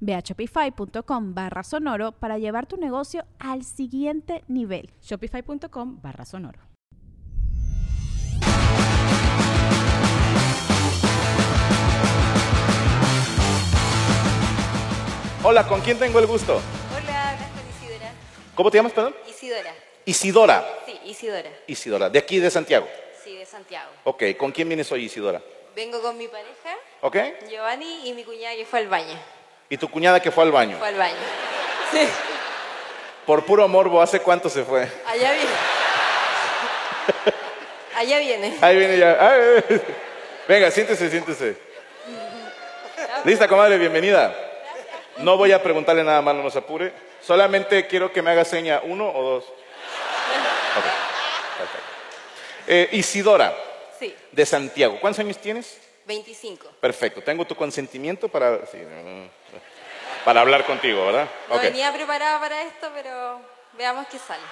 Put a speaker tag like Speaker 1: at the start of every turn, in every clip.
Speaker 1: Ve a shopify.com barra sonoro para llevar tu negocio al siguiente nivel.
Speaker 2: Shopify.com barra sonoro.
Speaker 3: Hola, ¿con quién tengo el gusto?
Speaker 4: Hola, hablas con Isidora.
Speaker 3: ¿Cómo te llamas, perdón?
Speaker 4: Isidora.
Speaker 3: Isidora.
Speaker 4: Sí, Isidora.
Speaker 3: Isidora, de aquí de Santiago.
Speaker 4: Sí, de Santiago.
Speaker 3: Ok, ¿con quién vienes hoy, Isidora?
Speaker 4: Vengo con mi pareja,
Speaker 3: ¿Ok?
Speaker 4: Giovanni, y mi cuñada que fue al baño.
Speaker 3: ¿Y tu cuñada que fue al baño?
Speaker 4: Fue al baño. Sí.
Speaker 3: Por puro morbo, ¿hace cuánto se fue?
Speaker 4: Allá viene. Allá viene.
Speaker 3: Ahí viene ya. Ay, ay. Venga, siéntese, siéntese. Lista, comadre, bienvenida. No voy a preguntarle nada más, no nos apure. Solamente quiero que me haga seña uno o dos. Ok, perfecto. Eh, Isidora,
Speaker 4: Sí.
Speaker 3: de Santiago. ¿Cuántos años tienes?
Speaker 4: 25.
Speaker 3: Perfecto, tengo tu consentimiento para, sí, para hablar contigo, ¿verdad?
Speaker 4: No
Speaker 3: Ok.
Speaker 4: venía preparada para esto, pero veamos qué sale.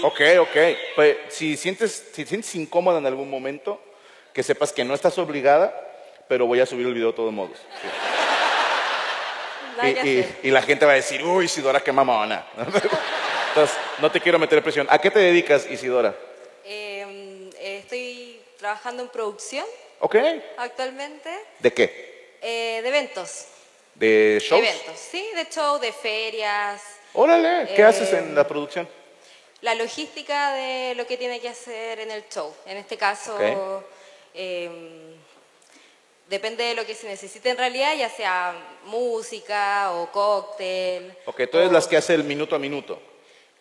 Speaker 4: No.
Speaker 3: Ok, ok. Pues, si, sientes, si sientes incómoda en algún momento, que sepas que no estás obligada, pero voy a subir el video de todos modos. Sí.
Speaker 4: Nada que
Speaker 3: Y, y-
Speaker 4: hacer.
Speaker 3: y la gente va a decir, uy, Isidora, qué mamona. Entonces, no te quiero meter presión. ¿A qué te dedicas, Isidora?
Speaker 4: Eh, eh, estoy trabajando en producción
Speaker 3: Ok.
Speaker 4: actualmente
Speaker 3: ¿De qué?
Speaker 4: eh, de eventos.
Speaker 3: ¿De shows?
Speaker 4: Eventos, sí, de show, de ferias,
Speaker 3: Órale, ¿qué
Speaker 4: Eh,
Speaker 3: haces en la producción?
Speaker 4: la logística de lo que tiene que hacer en el show. En este caso,
Speaker 3: Ok.
Speaker 4: eh, depende de lo que se necesite en realidad, ya sea música o cóctel.
Speaker 3: Ok, tú eres
Speaker 4: o-
Speaker 3: las que hace el minuto a minuto.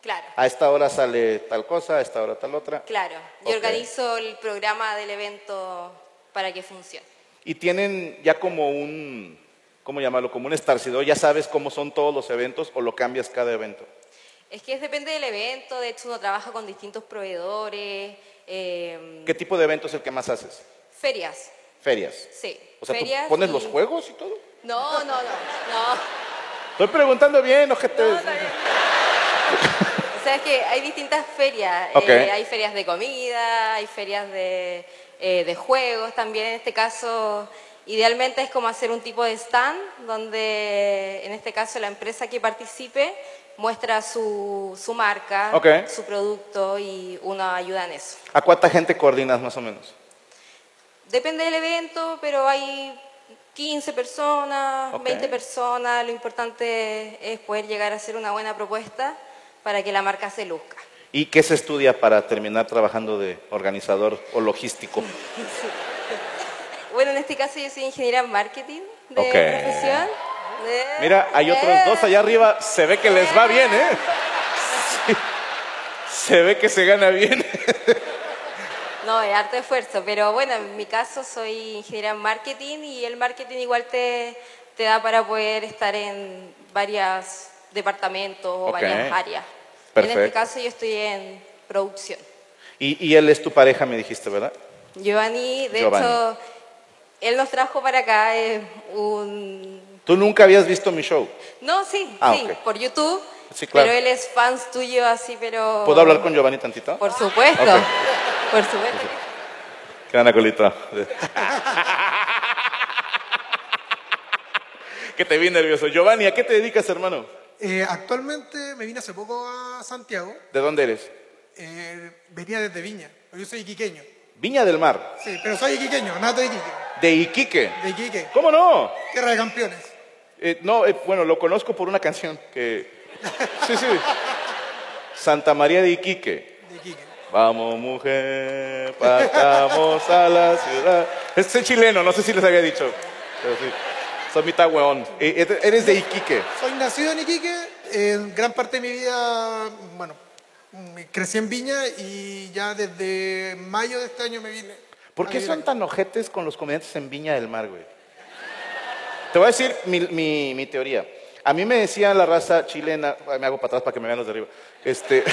Speaker 4: Claro,
Speaker 3: A esta hora sale tal cosa, a esta hora tal otra.
Speaker 4: claro. Yo
Speaker 3: Ok.
Speaker 4: organizo el programa del evento para que funcione.
Speaker 3: Y tienen ya como un, ¿cómo llamarlo? Como un estarcido. Ya sabes cómo son todos los eventos o lo cambias cada evento.
Speaker 4: Es que es- depende del evento, de hecho uno trabaja con distintos proveedores, eh,
Speaker 3: ¿Qué tipo de evento es el que más haces?
Speaker 4: ferias,
Speaker 3: Ferias.
Speaker 4: sí.
Speaker 3: O sea, ¿tú
Speaker 4: ferias
Speaker 3: pones
Speaker 4: y-
Speaker 3: los juegos y todo?
Speaker 4: No, no, no, no.
Speaker 3: Estoy preguntando bien, ojete.
Speaker 4: No, está bien. O sea, es que hay distintas ferias.
Speaker 3: Ok.
Speaker 4: Eh, hay ferias de comida, hay ferias de, eh, de juegos también. En este caso, idealmente es como hacer un tipo de stand donde, en este caso, la empresa que participe muestra su, su marca,
Speaker 3: Ok.
Speaker 4: su producto y uno ayuda en eso.
Speaker 3: ¿A cuánta gente coordinas más o menos?
Speaker 4: Depende del evento, pero hay 15 personas,
Speaker 3: Ok.
Speaker 4: 20 personas. Lo importante es poder llegar a hacer una buena propuesta para que la marca se luzca.
Speaker 3: ¿Y qué se estudia para terminar trabajando de organizador o logístico?
Speaker 4: Bueno, en este caso yo soy ingeniera en marketing de
Speaker 3: Ok.
Speaker 4: profesión. Eh,
Speaker 3: Mira, hay otros
Speaker 4: eh.
Speaker 3: dos allá arriba. Se ve que les va bien, ¿eh? Sí. Se ve que se gana bien.
Speaker 4: No, es harto esfuerzo, pero bueno, en mi caso soy ingeniera en marketing y el marketing igual te, te da para poder estar en varios departamentos o
Speaker 3: Ok.
Speaker 4: varias áreas. En
Speaker 3: Perfecto.
Speaker 4: este caso yo estoy en producción.
Speaker 3: Y, y él es tu pareja, me dijiste, ¿verdad?
Speaker 4: Giovanni, de
Speaker 3: Giovanni.
Speaker 4: hecho, él nos trajo para acá es un...
Speaker 3: Tú nunca habías visto mi show.
Speaker 4: No, sí,
Speaker 3: Ah,
Speaker 4: sí,
Speaker 3: ok.
Speaker 4: por YouTube.
Speaker 3: Sí, claro.
Speaker 4: Pero él es fans tuyo, así, pero...
Speaker 3: ¿Puedo hablar con Giovanni tantito?
Speaker 4: Por supuesto,
Speaker 3: Ok.
Speaker 4: por supuesto.
Speaker 3: ¿Qué onda, colita? que te vi nervioso. Giovanni, ¿a qué te dedicas, hermano?
Speaker 5: Eh, actualmente me vine hace poco a Santiago.
Speaker 3: ¿De dónde eres?
Speaker 5: eh, venía desde Viña. Yo soy iquiqueño.
Speaker 3: Viña del Mar,
Speaker 5: Sí, pero soy iquiqueño, nato de Iquique.
Speaker 3: de Iquique.
Speaker 5: De Iquique,
Speaker 3: ¿Cómo no?
Speaker 5: tierra de campeones.
Speaker 3: Eh, no, eh, bueno, lo conozco por una canción que... Sí, sí. Santa María de Iquique.
Speaker 5: de Quique.
Speaker 3: Vamos, mujer, partamos a la ciudad. Este es chileno, no sé si les había dicho. Pero sí. Soy mitad hueón. E- e- Eres de Iquique.
Speaker 5: Soy nacido en Iquique, en gran parte de mi vida, bueno, mm, crecí en Viña y ya desde mayo de este año me vine.
Speaker 3: ¿Por
Speaker 5: a
Speaker 3: qué
Speaker 5: vivir
Speaker 3: son
Speaker 5: acá.
Speaker 3: tan ojetes con los comediantes en Viña del Mar, güey? Te voy a decir mi, mi- mi teoría. A mí me decía la raza chilena, ay, me hago para atrás para que me vean los de arriba. Este,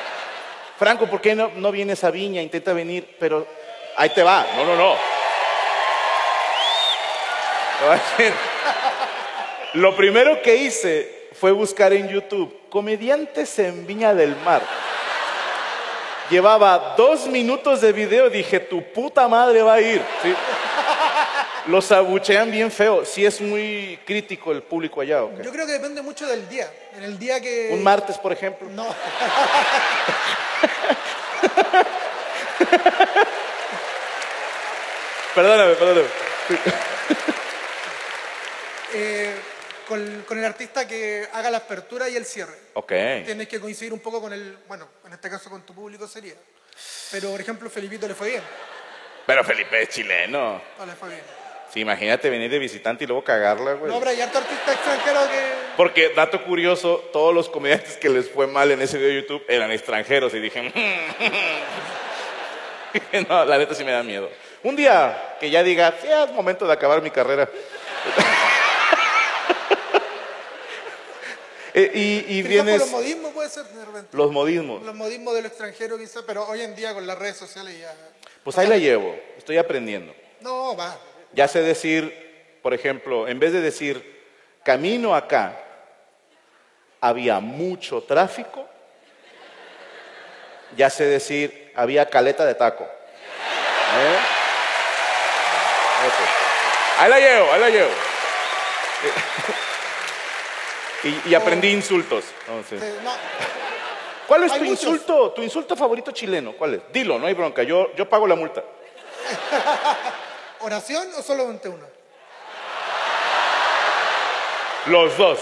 Speaker 3: Franco, ¿por qué no, no vienes a Viña? Intenta venir, pero ahí te va. No, no, no. Te voy a decir. Lo primero que hice fue buscar en YouTube comediantes en Viña del Mar. Llevaba dos minutos de video, dije, tu puta madre va a ir. ¿sí? Los abuchean bien feo. Sí es muy crítico el público allá. ¿ok?
Speaker 5: Yo creo que depende mucho del día. En el día que.
Speaker 3: Un martes, por ejemplo.
Speaker 5: No.
Speaker 3: Perdóname, perdóname.
Speaker 5: eh, con, con el artista que haga la apertura y el cierre.
Speaker 3: Ok.
Speaker 5: Tienes que coincidir un poco con el. Bueno, en este caso con tu público sería. Pero, por ejemplo, Felipito le fue bien.
Speaker 3: Pero Felipe es chileno.
Speaker 5: No le fue bien.
Speaker 3: Sí, imagínate venir de visitante y luego cagarla, güey.
Speaker 5: No, pero hay harto artista extranjero que.
Speaker 3: Porque, dato curioso, todos los comediantes que les fue mal en ese video de YouTube eran extranjeros y dije, "Mm". no, la neta sí me da miedo. Un día que ya diga, ya es momento de acabar mi carrera. Eh, y y
Speaker 5: Quizás por
Speaker 3: vienes
Speaker 5: los modismos puede ser de repente.
Speaker 3: los modismos.
Speaker 5: Los modismos del extranjero quizás, pero hoy en día con las redes sociales ya.
Speaker 3: Pues ahí la llevo, estoy aprendiendo.
Speaker 5: No, va.
Speaker 3: Ya sé decir, por ejemplo, en vez de decir, camino acá, había mucho tráfico, ya sé decir, había caleta de taco. ¿Eh? Ok. Ahí la llevo, ahí la llevo. Y, y aprendí insultos. No, sí.
Speaker 5: Eh, no.
Speaker 3: ¿Cuál es
Speaker 5: Hay
Speaker 3: tu
Speaker 5: muchos.
Speaker 3: insulto, tu insulto favorito chileno? ¿Cuál es? Dilo, no hay bronca, yo, yo pago la multa.
Speaker 5: ¿Oración o solamente uno?
Speaker 3: Los dos.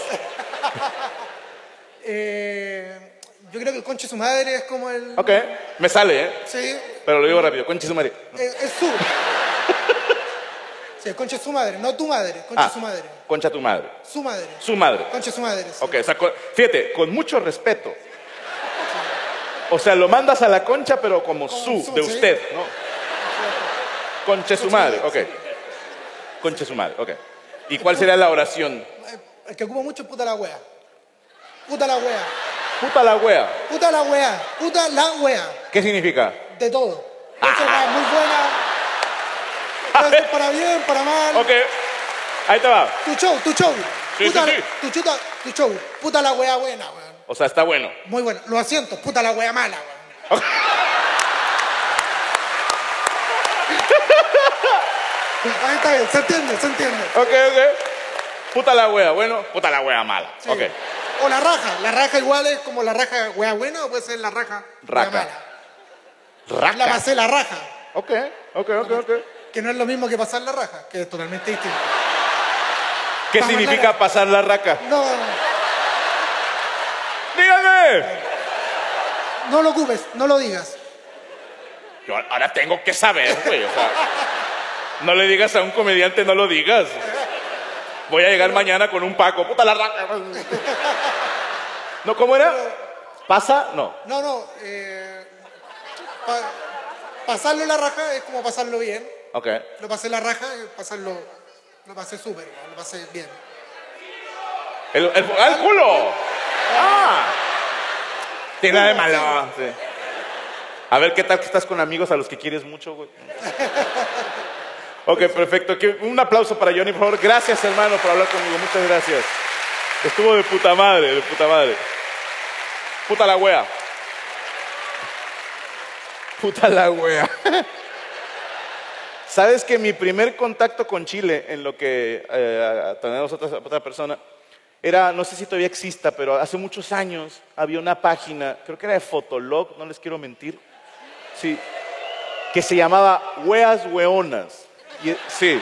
Speaker 5: Eh, yo creo que el conche su madre es como el.
Speaker 3: Ok, me sale, ¿eh?
Speaker 5: Sí, eh,
Speaker 3: Pero lo digo rápido, conche su madre.
Speaker 5: es su. Sí, el conche su madre, no tu madre, conche
Speaker 3: Ah,
Speaker 5: su madre.
Speaker 3: Concha tu madre.
Speaker 5: Su madre.
Speaker 3: Su madre.
Speaker 5: Conche su madre. sí.
Speaker 3: Ok, o sea, con- fíjate, con mucho respeto. O sea, lo mandas a la concha, pero como
Speaker 5: Como
Speaker 3: su,
Speaker 5: su,
Speaker 3: de
Speaker 5: sí.
Speaker 3: usted, ¿no? Conche su
Speaker 5: Concha
Speaker 3: madre,
Speaker 5: su
Speaker 3: ok.
Speaker 5: madre,
Speaker 3: Conche su madre, ok. ¿Y cuál sería la oración?
Speaker 5: Eh, El que ocupa mucho es puta la wea. Puta la wea.
Speaker 3: Puta la wea.
Speaker 5: Puta la wea. Puta la wea.
Speaker 3: ¿Qué significa?
Speaker 5: De todo. Esa wea es muy buena. Puede ser para bien, para mal.
Speaker 3: Ok, ahí te va.
Speaker 5: Tu show, tu show.
Speaker 3: Sí,
Speaker 5: puta,
Speaker 3: sí,
Speaker 5: la-
Speaker 3: sí.
Speaker 5: Tu, chuta, tu show. Puta la wea buena, weón.
Speaker 3: O sea, está bueno.
Speaker 5: Muy buena. Los asientos, puta la wea mala, weón. Ahí está bien, se entiende, se entiende.
Speaker 3: Ok, ok. Puta la wea, bueno. Puta la wea mala.
Speaker 5: Sí.
Speaker 3: Ok.
Speaker 5: O la raja. La raja igual es como la raja wea buena o puede ser la raja wea
Speaker 3: Raca.
Speaker 5: mala. La
Speaker 3: Raca.
Speaker 5: pasé la raja,
Speaker 3: Ok, ok, ok, ok.
Speaker 5: que no es lo mismo que pasar la raja, que es totalmente distinto.
Speaker 3: ¿Qué
Speaker 5: Vamos,
Speaker 3: significa
Speaker 5: Lara.
Speaker 3: pasar la raca?
Speaker 5: No,
Speaker 3: ¡Dígame!
Speaker 5: no lo ocupes, no lo digas.
Speaker 3: Yo ahora tengo que saber, güey. O sea, no le digas a un comediante, no lo digas. Voy a llegar mañana con un paco. ¡Puta la raca! ¿No cómo era? ¿Pasa? No.
Speaker 5: No, no. Eh, pa- pasarlo la raja es como pasarlo bien.
Speaker 3: Ok.
Speaker 5: Lo pasé la raja, eh, pasarlo. Lo pasé súper, ¿no? lo pasé bien.
Speaker 3: ¡El, el- ah, el culo! ¡Ah! Tiene nada de malo. sí. A ver, ¿qué tal que estás con amigos a los que quieres mucho, güey? Ok, perfecto. Que- Un aplauso para Johnny, por favor. Gracias, hermano, por hablar conmigo. Muchas gracias. Estuvo de puta madre, de puta madre. Puta la wea. Puta la wea. Sabes que mi primer contacto con Chile, en lo que eh, tenemos otra, otra persona, era, no sé si todavía exista, pero hace muchos años había una página, creo que era de Fotolog, no les quiero mentir, sí, que se llamaba Weas Weonas. Y, sí.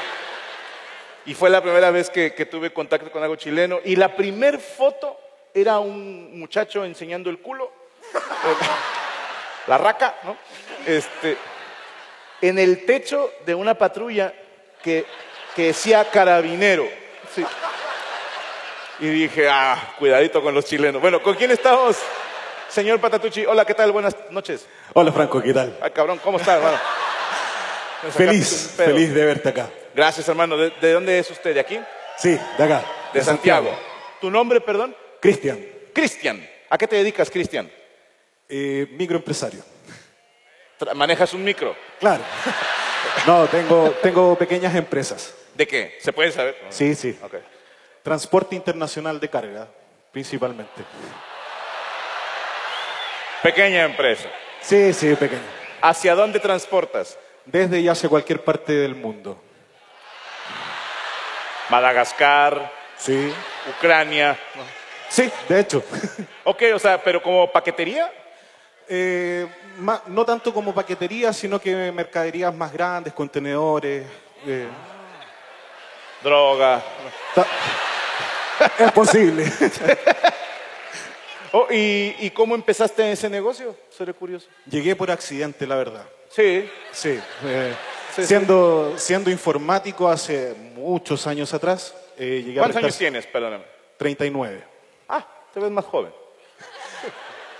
Speaker 3: Y fue la primera vez que, que tuve contacto con algo chileno. Y la primer foto era un muchacho enseñando el culo la raca, ¿no? Este, en el techo de una patrulla que, que decía carabinero. Sí. Y dije, ah, cuidadito con los chilenos. Bueno, ¿con quién estamos? Señor Patatucci, hola, ¿qué tal? Buenas noches.
Speaker 6: Hola Franco, ¿qué tal?
Speaker 3: Ay, cabrón, ¿cómo estás, hermano? Me sacaste
Speaker 6: Feliz,
Speaker 3: un pedo.
Speaker 6: feliz de verte acá.
Speaker 3: Gracias, hermano. ¿De, de dónde es usted? ¿De aquí?
Speaker 6: Sí, de acá.
Speaker 3: De Santiago. ¿Tu nombre, perdón?
Speaker 6: Cristian,
Speaker 3: Cristian. ¿A qué te dedicas, Cristian?
Speaker 6: eh, microempresario.
Speaker 3: Tra- ¿Manejas un micro?
Speaker 6: Claro. No, tengo, tengo pequeñas empresas.
Speaker 3: ¿De qué? ¿Se puede saber?
Speaker 6: Sí, sí.
Speaker 3: Ok.
Speaker 6: Transporte internacional de carga, principalmente.
Speaker 3: Pequeña empresa.
Speaker 6: Sí, sí, pequeño.
Speaker 3: ¿Hacia dónde transportas?
Speaker 6: Desde y hacia cualquier parte del mundo.
Speaker 3: Madagascar,
Speaker 6: Sí.
Speaker 3: Ucrania.
Speaker 6: Sí, de hecho.
Speaker 3: Ok, o sea, pero como paquetería.
Speaker 6: Eh, ma- no tanto como paquetería, sino que mercaderías más grandes, contenedores. eh,
Speaker 3: Droga.
Speaker 6: ta- es posible.
Speaker 3: Oh, ¿y, y cómo empezaste ese negocio? Seré curioso.
Speaker 6: Llegué por accidente, la verdad.
Speaker 3: Sí.
Speaker 6: Sí. eh,
Speaker 3: Sí, sí.
Speaker 6: siendo, siendo informático hace muchos años atrás, eh, llegué a
Speaker 3: ¿Cuántos
Speaker 6: prestar
Speaker 3: años tienes? Perdóname.
Speaker 6: 39.
Speaker 3: Ah, te ves más joven.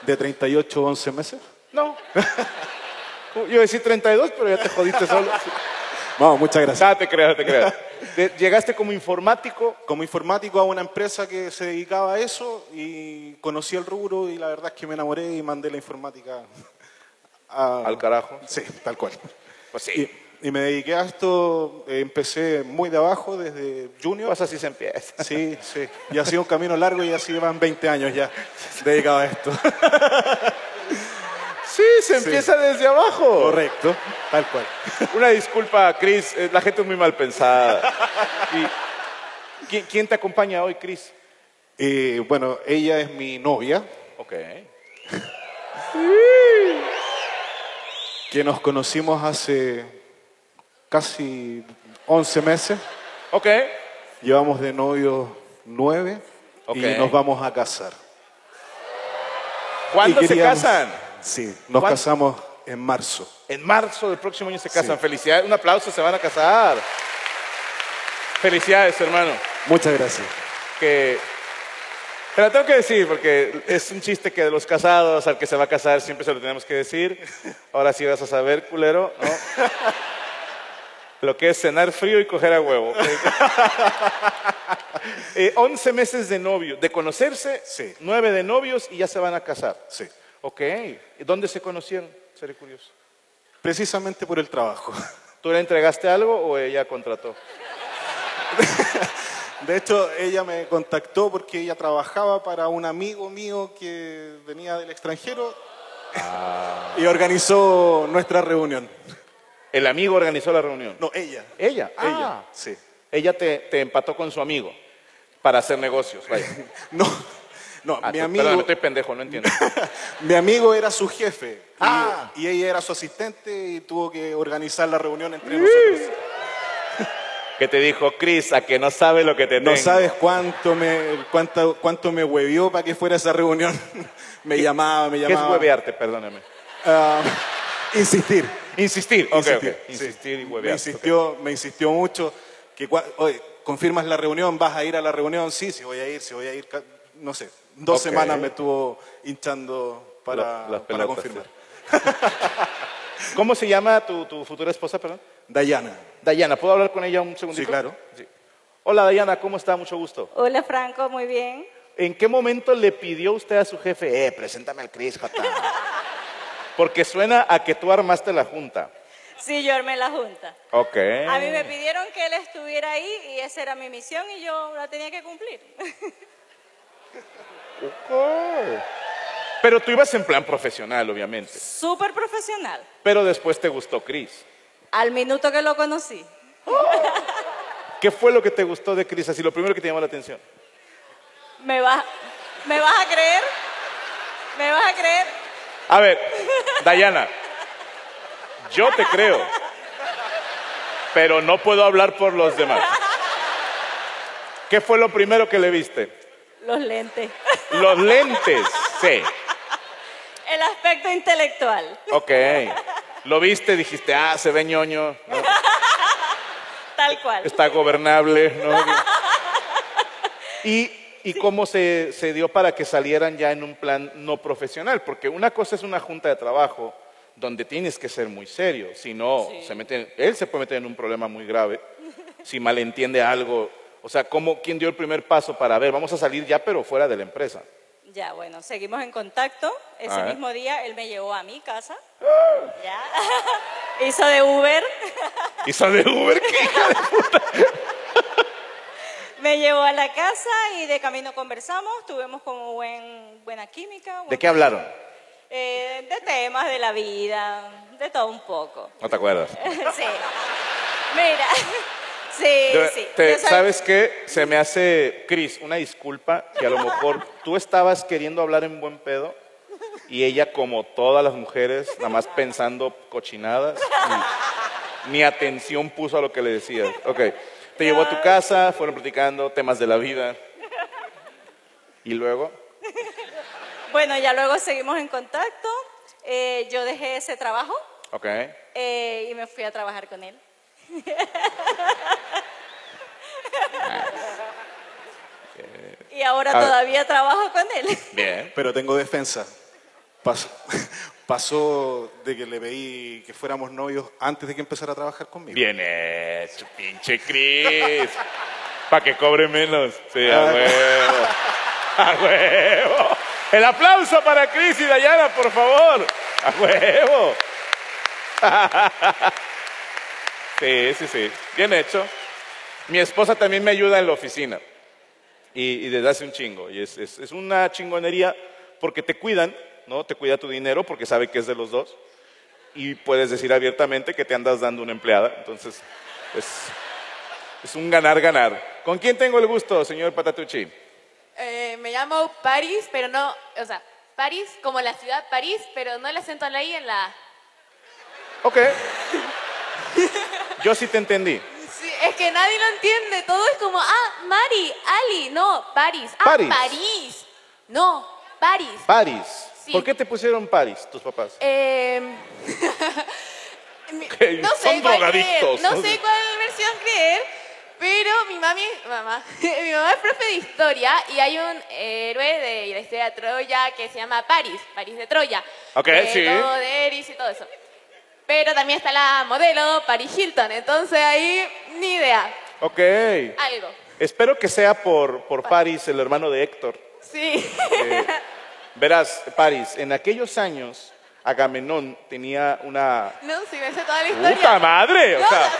Speaker 6: De 38 a 11 meses.
Speaker 3: No. Yo iba a decir 32, pero ya te jodiste solo.
Speaker 6: Vamos, muchas gracias.
Speaker 3: Ah, te creas, te creas. De- Llegaste como informático.
Speaker 6: Como informático a una empresa que se dedicaba a eso y conocí el rubro y la verdad es que me enamoré y mandé la informática a-
Speaker 3: Al carajo.
Speaker 6: Sí, tal cual.
Speaker 3: Pues
Speaker 6: Y, y me dediqué a esto, eh, empecé muy de abajo, desde junior.
Speaker 3: Pues así se empieza.
Speaker 6: Sí, sí. Y ha sido un camino largo y así van 20 años ya dedicado a esto.
Speaker 3: Sí, se empieza desde abajo.
Speaker 6: Correcto, tal cual.
Speaker 3: Una disculpa, Chris. eh, La gente es muy mal pensada. Y- ¿quién, quién te acompaña hoy, Chris?
Speaker 6: Eh, bueno, ella es mi novia,
Speaker 3: Ok.
Speaker 6: que nos conocimos hace casi 11 meses.
Speaker 3: Ok.
Speaker 6: Llevamos de novios 9
Speaker 3: Ok.
Speaker 6: y nos vamos a casar.
Speaker 3: ¿Cuándo
Speaker 6: Y
Speaker 3: se
Speaker 6: queríamos-
Speaker 3: casan?
Speaker 6: Sí, nos
Speaker 3: ¿Cuán-
Speaker 6: casamos en marzo.
Speaker 3: En marzo del próximo año se casan.
Speaker 6: Sí.
Speaker 3: Felicidades. Un aplauso, se van a casar. Felicidades, hermano.
Speaker 6: Muchas gracias.
Speaker 3: que te la tengo que decir porque es un chiste que de los casados al que se va a casar siempre se lo tenemos que decir. Ahora sí vas a saber, culero, ¿no? Lo que es cenar frío y coger a huevo. Eh, 11 meses de novio, de conocerse,
Speaker 6: Sí.
Speaker 3: 9 de novios y ya se van a casar.
Speaker 6: Sí.
Speaker 3: Ok, ¿Y ¿dónde se conocieron? Seré curioso.
Speaker 6: Precisamente por el trabajo.
Speaker 3: ¿Tú le entregaste algo o ella contrató?
Speaker 6: De hecho, ella me contactó porque ella trabajaba para un amigo mío que venía del extranjero
Speaker 3: Ah.
Speaker 6: y organizó nuestra reunión.
Speaker 3: El amigo organizó la reunión.
Speaker 6: No, ella.
Speaker 3: Ella, Ah.
Speaker 6: Ella,
Speaker 3: ella.
Speaker 6: sí.
Speaker 3: Ella te, te empató con su amigo para hacer negocios. Vaya.
Speaker 6: No, no,
Speaker 3: Ah,
Speaker 6: mi,
Speaker 3: te-
Speaker 6: amigo,
Speaker 3: perdón, estoy pendejo, no entiendo.
Speaker 6: mi amigo era su jefe y-
Speaker 3: Ah.
Speaker 6: y, ella era su asistente y tuvo que organizar la reunión entre nosotros.
Speaker 3: que te dijo, Chris, a que no sabe lo que te
Speaker 6: No
Speaker 3: tengo.
Speaker 6: sabes cuánto me, cuánto, cuánto me huevió para que fuera esa reunión. Me llamaba, me
Speaker 3: ¿Qué es
Speaker 6: llamaba.
Speaker 3: huevearte? Perdóname.
Speaker 6: Ah, insistir.
Speaker 3: Insistir. Ok,
Speaker 6: insistir,
Speaker 3: ok.
Speaker 6: sí.
Speaker 3: Insistir y
Speaker 6: me
Speaker 3: huevear.
Speaker 6: insistió, me insistió mucho que, cua- oye, confirmas la reunión, vas a ir a la reunión, sí, sí voy a ir, sí voy a ir, ca- no sé, dos
Speaker 3: Ok.
Speaker 6: semanas me estuvo hinchando para,
Speaker 3: La- las
Speaker 6: para
Speaker 3: pelotas,
Speaker 6: confirmar.
Speaker 3: ¿Cómo se llama tu, tu futura esposa, perdón?
Speaker 6: Dayana,
Speaker 3: Dayana, ¿puedo hablar con ella un segundito?
Speaker 6: Sí, claro.
Speaker 3: Sí. Hola, Dayana, ¿cómo está? Mucho gusto.
Speaker 4: Hola Franco, muy bien.
Speaker 3: ¿En qué momento le pidió usted a su jefe, eh, preséntame al Chris, jota? Porque suena a que tú armaste la junta.
Speaker 4: Sí, yo armé la junta.
Speaker 3: Ok.
Speaker 4: A mí
Speaker 3: Eh.
Speaker 4: me pidieron que él estuviera ahí y esa era mi misión y yo la tenía que cumplir.
Speaker 3: Ok. Pero tú ibas en plan profesional, obviamente.
Speaker 4: Súper profesional.
Speaker 3: Pero después te gustó Chris.
Speaker 4: Al minuto que lo conocí,
Speaker 3: ¿Qué fue lo que te gustó de Chris? Así lo primero que te llamó la atención.
Speaker 4: me vas, me vas a creer, me vas a creer.
Speaker 3: A ver, Dayana, yo te creo, pero no puedo hablar por los demás. ¿Qué fue lo primero que le viste?
Speaker 4: Los lentes,
Speaker 3: Los lentes, sí.
Speaker 4: el aspecto intelectual.
Speaker 3: Ok. Lo viste, dijiste, ah, se ve ñoño, ¿no?
Speaker 4: Tal cual.
Speaker 3: está gobernable, ¿no? Y, y cómo se, se dio para que salieran ya en un plan no profesional, porque una cosa es una junta de trabajo donde tienes que ser muy serio, si no, se mete, él se puede meter en un problema muy grave, si malentiende algo, o sea, ¿cómo, ¿quién dio el primer paso para ver, vamos a salir ya, pero fuera de la empresa?
Speaker 7: Ya, bueno, seguimos en contacto. Ese
Speaker 3: Ah, ¿eh?
Speaker 7: mismo día él me llevó a mi casa. Ya. Hizo de Uber.
Speaker 3: Y sale Uber, ¿qué?
Speaker 7: Me llevó a la casa y de camino conversamos. Tuvimos como buen, buena química.
Speaker 3: ¿De
Speaker 7: buen-
Speaker 3: qué hablaron?
Speaker 7: Eh, de temas de la vida, de todo un poco.
Speaker 3: No te acuerdas.
Speaker 7: sí. Mira. Sí,
Speaker 3: Yo-
Speaker 7: sí.
Speaker 3: te-
Speaker 7: Yo soy-
Speaker 3: ¿Sabes qué? Se me hace, Cris, una disculpa que a lo mejor tú estabas queriendo hablar en buen pedo y ella, como todas las mujeres, nada más pensando cochinadas, y ni atención puso a lo que le decías. Ok, te llevó a tu casa, fueron platicando temas de la vida y luego,
Speaker 7: Bueno, ya luego seguimos en contacto. Eh, yo dejé ese trabajo
Speaker 3: ok,
Speaker 7: eh, y me fui a trabajar con él. y ahora
Speaker 3: A ver.
Speaker 7: todavía trabajo con él.
Speaker 3: bien.
Speaker 6: Pero tengo defensa. Pasó, pasó de que le pedí que fuéramos novios antes de que empezara a trabajar conmigo.
Speaker 3: Bien hecho, pinche Cris. Para que cobre menos. Sí, a
Speaker 6: Ah.
Speaker 3: huevo. A huevo. El aplauso para Cris y Dayana, por favor. A huevo. Sí, sí, sí. Bien hecho. Mi esposa también me ayuda en la oficina. Y, y desde hace un chingo. Y es, es- es una chingonería porque te cuidan, ¿no? Te cuida tu dinero porque sabe que es de los dos y puedes decir abiertamente que te andas dando una empleada. Entonces, es, es un ganar-ganar. ¿Con quién tengo el gusto, señor Patatucci?
Speaker 8: Eh, me llamo París, pero no, o sea, París como la ciudad París, pero no el acento en la I en la A.
Speaker 3: Ok. Yo sí te entendí.
Speaker 8: Sí, es que nadie lo entiende, todo es como, ah, Mari, Ali, no, París, ah,
Speaker 3: París.
Speaker 8: París, no, París.
Speaker 3: París.
Speaker 8: Sí.
Speaker 3: ¿Por qué te pusieron París tus papás?
Speaker 8: Em, mi-
Speaker 3: Ok,
Speaker 8: no
Speaker 3: son
Speaker 8: sé cuál
Speaker 3: drogadictos,
Speaker 8: creer, no
Speaker 3: ¿no?
Speaker 8: sé cuál versión creer, pero mi mami, mamá, mi mamá es profe de historia y hay un héroe de la historia de Troya que se llama París, París de Troya.
Speaker 3: Ok,
Speaker 8: de
Speaker 3: sí.
Speaker 8: todo, de Eris y todo eso. Pero también está la modelo Paris Hilton, entonces ahí ni idea,
Speaker 3: Ok.
Speaker 8: algo.
Speaker 3: Espero que sea por, por París, el hermano de Héctor. Eh,
Speaker 8: Sí.
Speaker 3: Verás, París, en aquellos años, Agamenón tenía una...
Speaker 8: no, si me sé toda la historia.
Speaker 3: ¡Puta madre!
Speaker 8: No,
Speaker 3: O sea,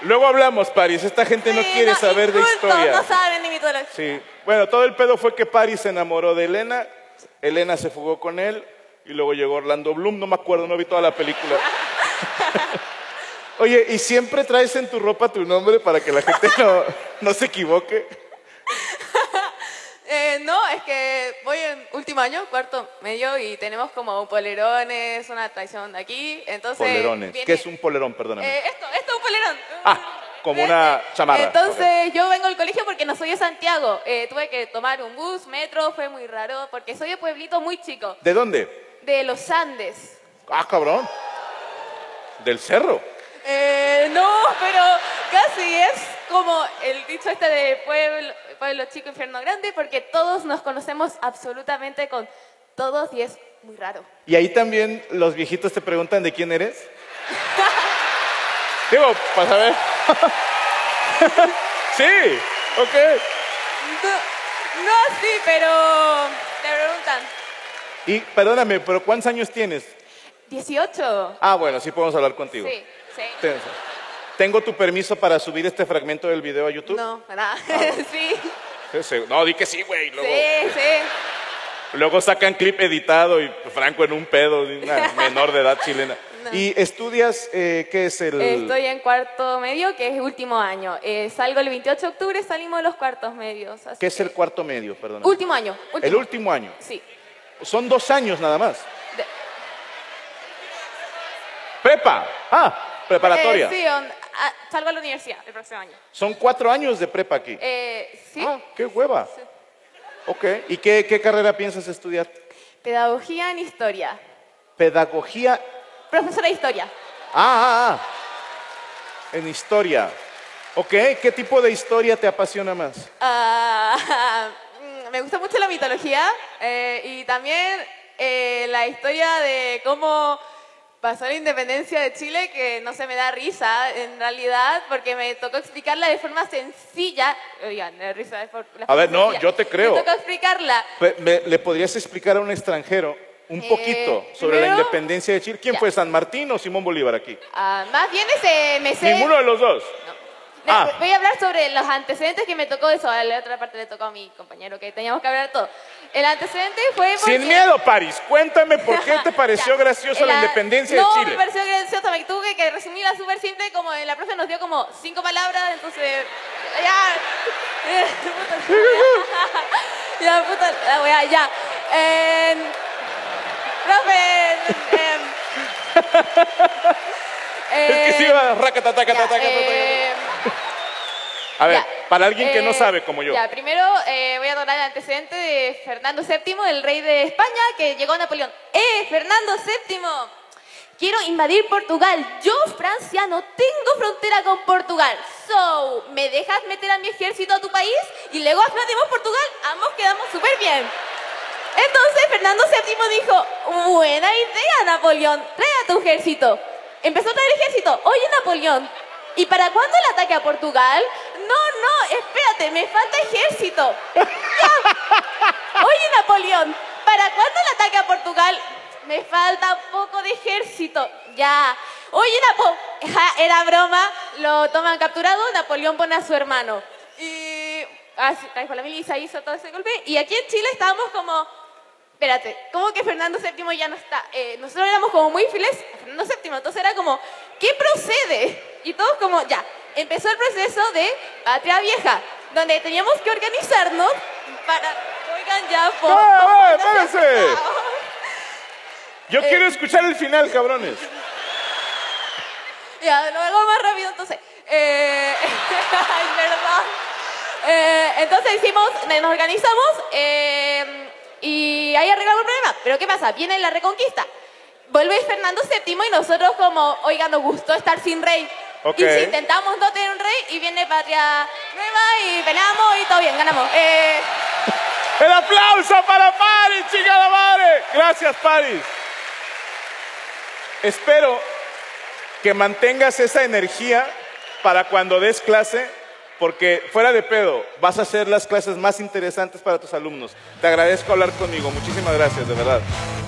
Speaker 3: luego hablamos, París. Esta gente no
Speaker 8: sí,
Speaker 3: quiere saber de
Speaker 8: incultos,
Speaker 3: historia.
Speaker 8: No saben ni mitología.
Speaker 3: Sí, bueno, todo el pedo fue que Paris se enamoró de Elena, Elena se fugó con él y luego llegó Orlando Bloom, no me acuerdo, no vi toda la película. Oye, ¿y siempre traes en tu ropa tu nombre para que la gente no, no se equivoque?
Speaker 8: Eh, no, es que voy en último año, cuarto medio, y tenemos como polerones, una traición de aquí, entonces...
Speaker 3: Polerones.
Speaker 8: viene-
Speaker 3: ¿Qué es un polerón, perdóname?
Speaker 8: Eh, esto, esto es un polerón.
Speaker 3: Ah, como una chamarra,
Speaker 8: Entonces yo vengo al colegio porque no soy de Santiago. Eh, tuve que tomar un bus, metro, fue muy raro, porque soy de pueblito muy chico,
Speaker 3: ¿De dónde?
Speaker 8: de los Andes.
Speaker 3: Ah, cabrón. Del cerro.
Speaker 8: Eh, no, pero casi es como el dicho este de pueblo, pueblo chico, infierno grande, porque todos nos conocemos absolutamente con todos y es muy raro.
Speaker 3: Y ahí también los viejitos te preguntan de quién eres. Digo, para saber. sí, ok.
Speaker 8: No, no sí, pero te preguntan.
Speaker 3: Y perdóname, pero ¿cuántos años tienes?
Speaker 8: 18.
Speaker 3: Ah, bueno, sí podemos hablar contigo.
Speaker 8: Sí, sí.
Speaker 3: Ten- ¿Tengo tu permiso para subir este fragmento del video a YouTube?
Speaker 8: No, nada. sí,
Speaker 3: Sí, sí. Ah, No, di que sí, güey. Luego,
Speaker 8: sí, sí.
Speaker 3: luego sacan clip editado y Franco en un pedo, de una menor de edad chilena.
Speaker 8: No.
Speaker 3: ¿Y estudias eh, qué es el...?
Speaker 8: Estoy en cuarto medio, que es último año. Eh, salgo el 28 de octubre, salimos de los cuartos medios. así
Speaker 3: ¿Qué es
Speaker 8: que-
Speaker 3: el cuarto medio, perdón?
Speaker 8: Último año.
Speaker 3: El último año.
Speaker 8: Sí.
Speaker 3: Son dos años nada más.
Speaker 8: De-
Speaker 3: Prepa. Ah, preparatoria.
Speaker 8: Eh, sí, on- ah, salgo a la universidad el próximo año.
Speaker 3: Son cuatro años de prepa aquí.
Speaker 8: Eh, sí.
Speaker 3: Ah, qué hueva.
Speaker 8: Sí.
Speaker 3: Ok. ¿Y qué, qué carrera piensas estudiar?
Speaker 8: Pedagogía en historia.
Speaker 3: Pedagogía.
Speaker 8: Profesora de historia.
Speaker 3: Ah, ah, ah. En historia. Ok, ¿qué tipo de historia te apasiona más?
Speaker 8: Ah, mm, me gusta mucho la mitología eh, y también eh, la historia de cómo pasó la independencia de Chile, que no se me da risa en realidad, porque me tocó explicarla de forma sencilla. Oigan, me da risa de for- la
Speaker 3: A ver,
Speaker 8: forma
Speaker 3: no,
Speaker 8: sencilla.
Speaker 3: yo te creo.
Speaker 8: Me tocó explicarla.
Speaker 3: Pe- me- ¿Le podrías explicar a un extranjero un
Speaker 8: Eh,
Speaker 3: poquito sobre la
Speaker 8: primero-
Speaker 3: independencia de Chile? ¿Quién
Speaker 8: Ya.
Speaker 3: fue, San Martín o Simón Bolívar aquí?
Speaker 8: Ah, más bien ese me sé-
Speaker 3: Ninguno de los dos.
Speaker 8: No,
Speaker 3: Ah.
Speaker 8: Voy a hablar sobre los antecedentes que me tocó eso. A la otra parte le tocó a mi compañero que teníamos que hablar todo. El antecedente fue porque...
Speaker 3: Sin miedo, París, cuéntame por qué te pareció
Speaker 8: Ya.
Speaker 3: graciosa la
Speaker 8: El a-
Speaker 3: independencia
Speaker 8: no,
Speaker 3: de
Speaker 8: me
Speaker 3: Chile.
Speaker 8: pareció graciosa, me tuve que resumirla súper simple, como la profe nos dio como cinco palabras, entonces... Ya, ya puta la weá, ya. Em, profe... em,
Speaker 3: Es que sí,
Speaker 8: em,
Speaker 3: va, racata, taca,
Speaker 8: ya,
Speaker 3: taca, taca, taca.
Speaker 8: em,
Speaker 3: A ver,
Speaker 8: ya.
Speaker 3: para alguien que no
Speaker 8: Eh,
Speaker 3: sabe como yo.
Speaker 8: Ya, primero eh, voy a tomar el antecedente de Fernando VII, el rey de España, que llegó a Napoleón. ¡Eh, Fernando VII! Quiero invadir Portugal. Yo, Francia, no tengo frontera con Portugal. So, ¿me dejas meter a mi ejército a tu país? Y luego afrontemos Portugal. Ambos quedamos súper bien. Entonces Fernando VII dijo, buena idea Napoleón, trae a tu ejército. Empezó a traer ejército, oye Napoleón, ¿y para cuándo el ataque a Portugal? No, no, espérate, me falta ejército. Ya. Oye Napoleón, ¿para cuándo el ataque a Portugal? Me falta poco de ejército, ya. Oye Napoleón, era broma, lo toman capturado, Napoleón pone a su hermano. Y así, trajo la milicia, hizo todo ese golpe. Y aquí en Chile estábamos como, espérate, ¿cómo que Fernando VII ya no está? Eh, nosotros éramos como muy fieles a Fernando VII, entonces era como, ¿qué procede? Y todos como, ya, empezó el proceso de patria vieja, donde teníamos que organizarnos para... Oigan ya, po,
Speaker 3: ¡Eh, eh,
Speaker 8: po, no se ha
Speaker 3: espérense!
Speaker 8: acabado.
Speaker 3: Yo
Speaker 8: Eh.
Speaker 3: quiero escuchar el final, cabrones.
Speaker 8: Ya, lo hago más rápido entonces. Eh, ay, perdón. Eh, entonces hicimos, nos organizamos eh, y ahí arreglamos el problema. Pero ¿qué pasa? Viene la reconquista. Vuelve Fernando VII y nosotros como, oiga, nos gustó estar sin rey.
Speaker 3: Ok.
Speaker 8: Y si intentamos no tener un rey y viene Patria Nueva y peleamos y todo bien, ganamos. Eh,
Speaker 3: ¡El aplauso para Paris, chingada madre! Gracias, Paris. Espero que mantengas esa energía para cuando des clase, porque fuera de pedo, vas a hacer las clases más interesantes para tus alumnos. Te agradezco hablar conmigo. Muchísimas gracias, de verdad.